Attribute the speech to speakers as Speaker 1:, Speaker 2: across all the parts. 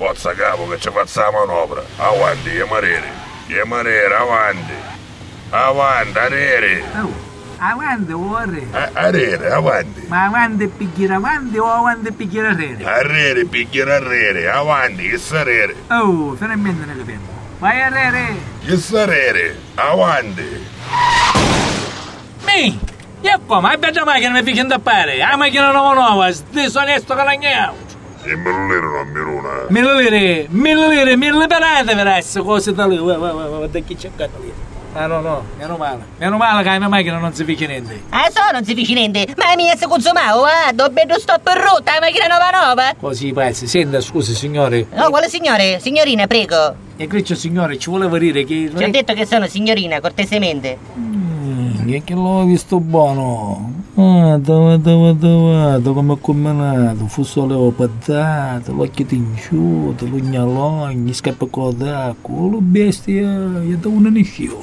Speaker 1: Pot să gabă că ce văd să manobra. Awande, e mărere. E mărere, awande. Awande, arere.
Speaker 2: Au, avanti ore.
Speaker 1: A- Arere, awande.
Speaker 2: Ma avanti picchiera avanti o avanti picchiera rere?
Speaker 1: Arere, picchiera arere. Awande, issarere.
Speaker 2: Oh, finalmente nelle penne. Vai a rere.
Speaker 1: Issarere. Awande.
Speaker 3: Mi! E come? Hai bella macchina mi fai intappare! Hai macchina nuova nuova, disonesto calagnato!
Speaker 1: E me lo lero non mi runa.
Speaker 3: Mille lire, mille lire, mille parate per essere cose da lì! Guarda, guarda, guarda, guarda che c'è accanto lì! Ah no, no, meno male! Meno male che la mia macchina non si fichi niente!
Speaker 4: Ah, so, non si fici niente. Ma mi si consumavo, ah, dobbiamo stop in rotta, la macchina nuova nuova.
Speaker 3: Così pazzi, senta, scusi signore,
Speaker 4: No, quale signore? Signorina, prego.
Speaker 3: e Criccio signore, ci voleva dire che...
Speaker 4: Ci ho detto che sono signorina, cortesemente.
Speaker 3: Mm, che che l'ho visto buono. Guarda, guarda, guarda, guarda come ha combinato. Fuso le patate, l'occhio tinciuto, l'ugnologno, scappa con d'acqua. Lo bestia, gli da un aniscio.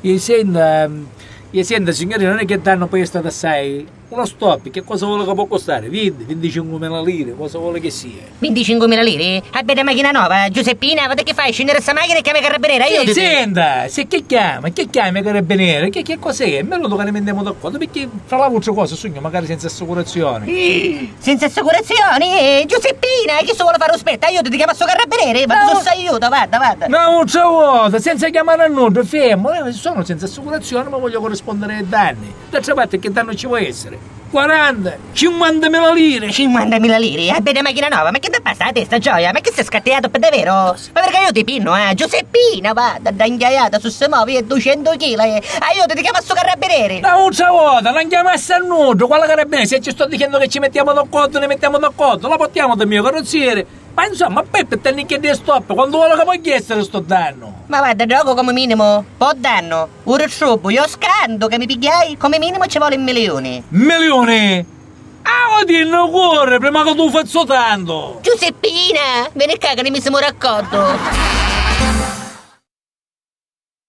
Speaker 3: E senta, e senta signori, non è che danno poi stata assai. Uno stop, che cosa vuole che può costare? 20, 25.000 lire, cosa vuole che sia?
Speaker 4: 25.000 lire? Abbiate macchina nuova, eh? Giuseppina, vada che fai? Scendere questa macchina e chiama i carabinieri, aiuti.
Speaker 3: Sì, senta, se che chiama, che chiama i carabinieri, che, che cos'è? Me lo ne mandiamo d'accordo, perché fra l'altra cosa sogno magari senza assicurazione.
Speaker 4: Senza assicurazioni? eh, Giuseppina, chi se vuole fare aspetta? Aiuto, ti chiamo sto carabinieri, vado
Speaker 3: No.
Speaker 4: su aiuto, vada, vada.
Speaker 3: No, non c'è volta, senza chiamare a nulla, fermo, eh, sono senza assicurazione ma voglio corrispondere ai danni. D'altra parte che danno ci può essere? 40, 50 mila lire!
Speaker 4: 50.000 lire, abbiate macchina nuova, ma che ti passa la testa, gioia? Ma che sei scattiato per davvero? Ma perché io ti pinno, eh? Giuseppina, vada, da inghiaiata su se muovi e 200 kg, eh? Aiuto, ti chiamo sto carabinieri.
Speaker 3: No, non c'è volta, non chiamassi a nulla, quella carabinieri, se ci sto dicendo che ci mettiamo d'accordo, ne mettiamo d'accordo, la portiamo dal mio carrozziere. Ma insomma, Peppe, te ne chiedi stop, quando vuole che puoi essere sto danno?
Speaker 4: Ma guarda, gioco come minimo, po' danno, un rubo, io scando che mi pigliai, come minimo ci vuole un milione.
Speaker 3: Milione! Ah, ma ti non cuore, prima che tu faccio tanto!
Speaker 4: Giuseppina, vieni qua che ne mi siamo raccolto.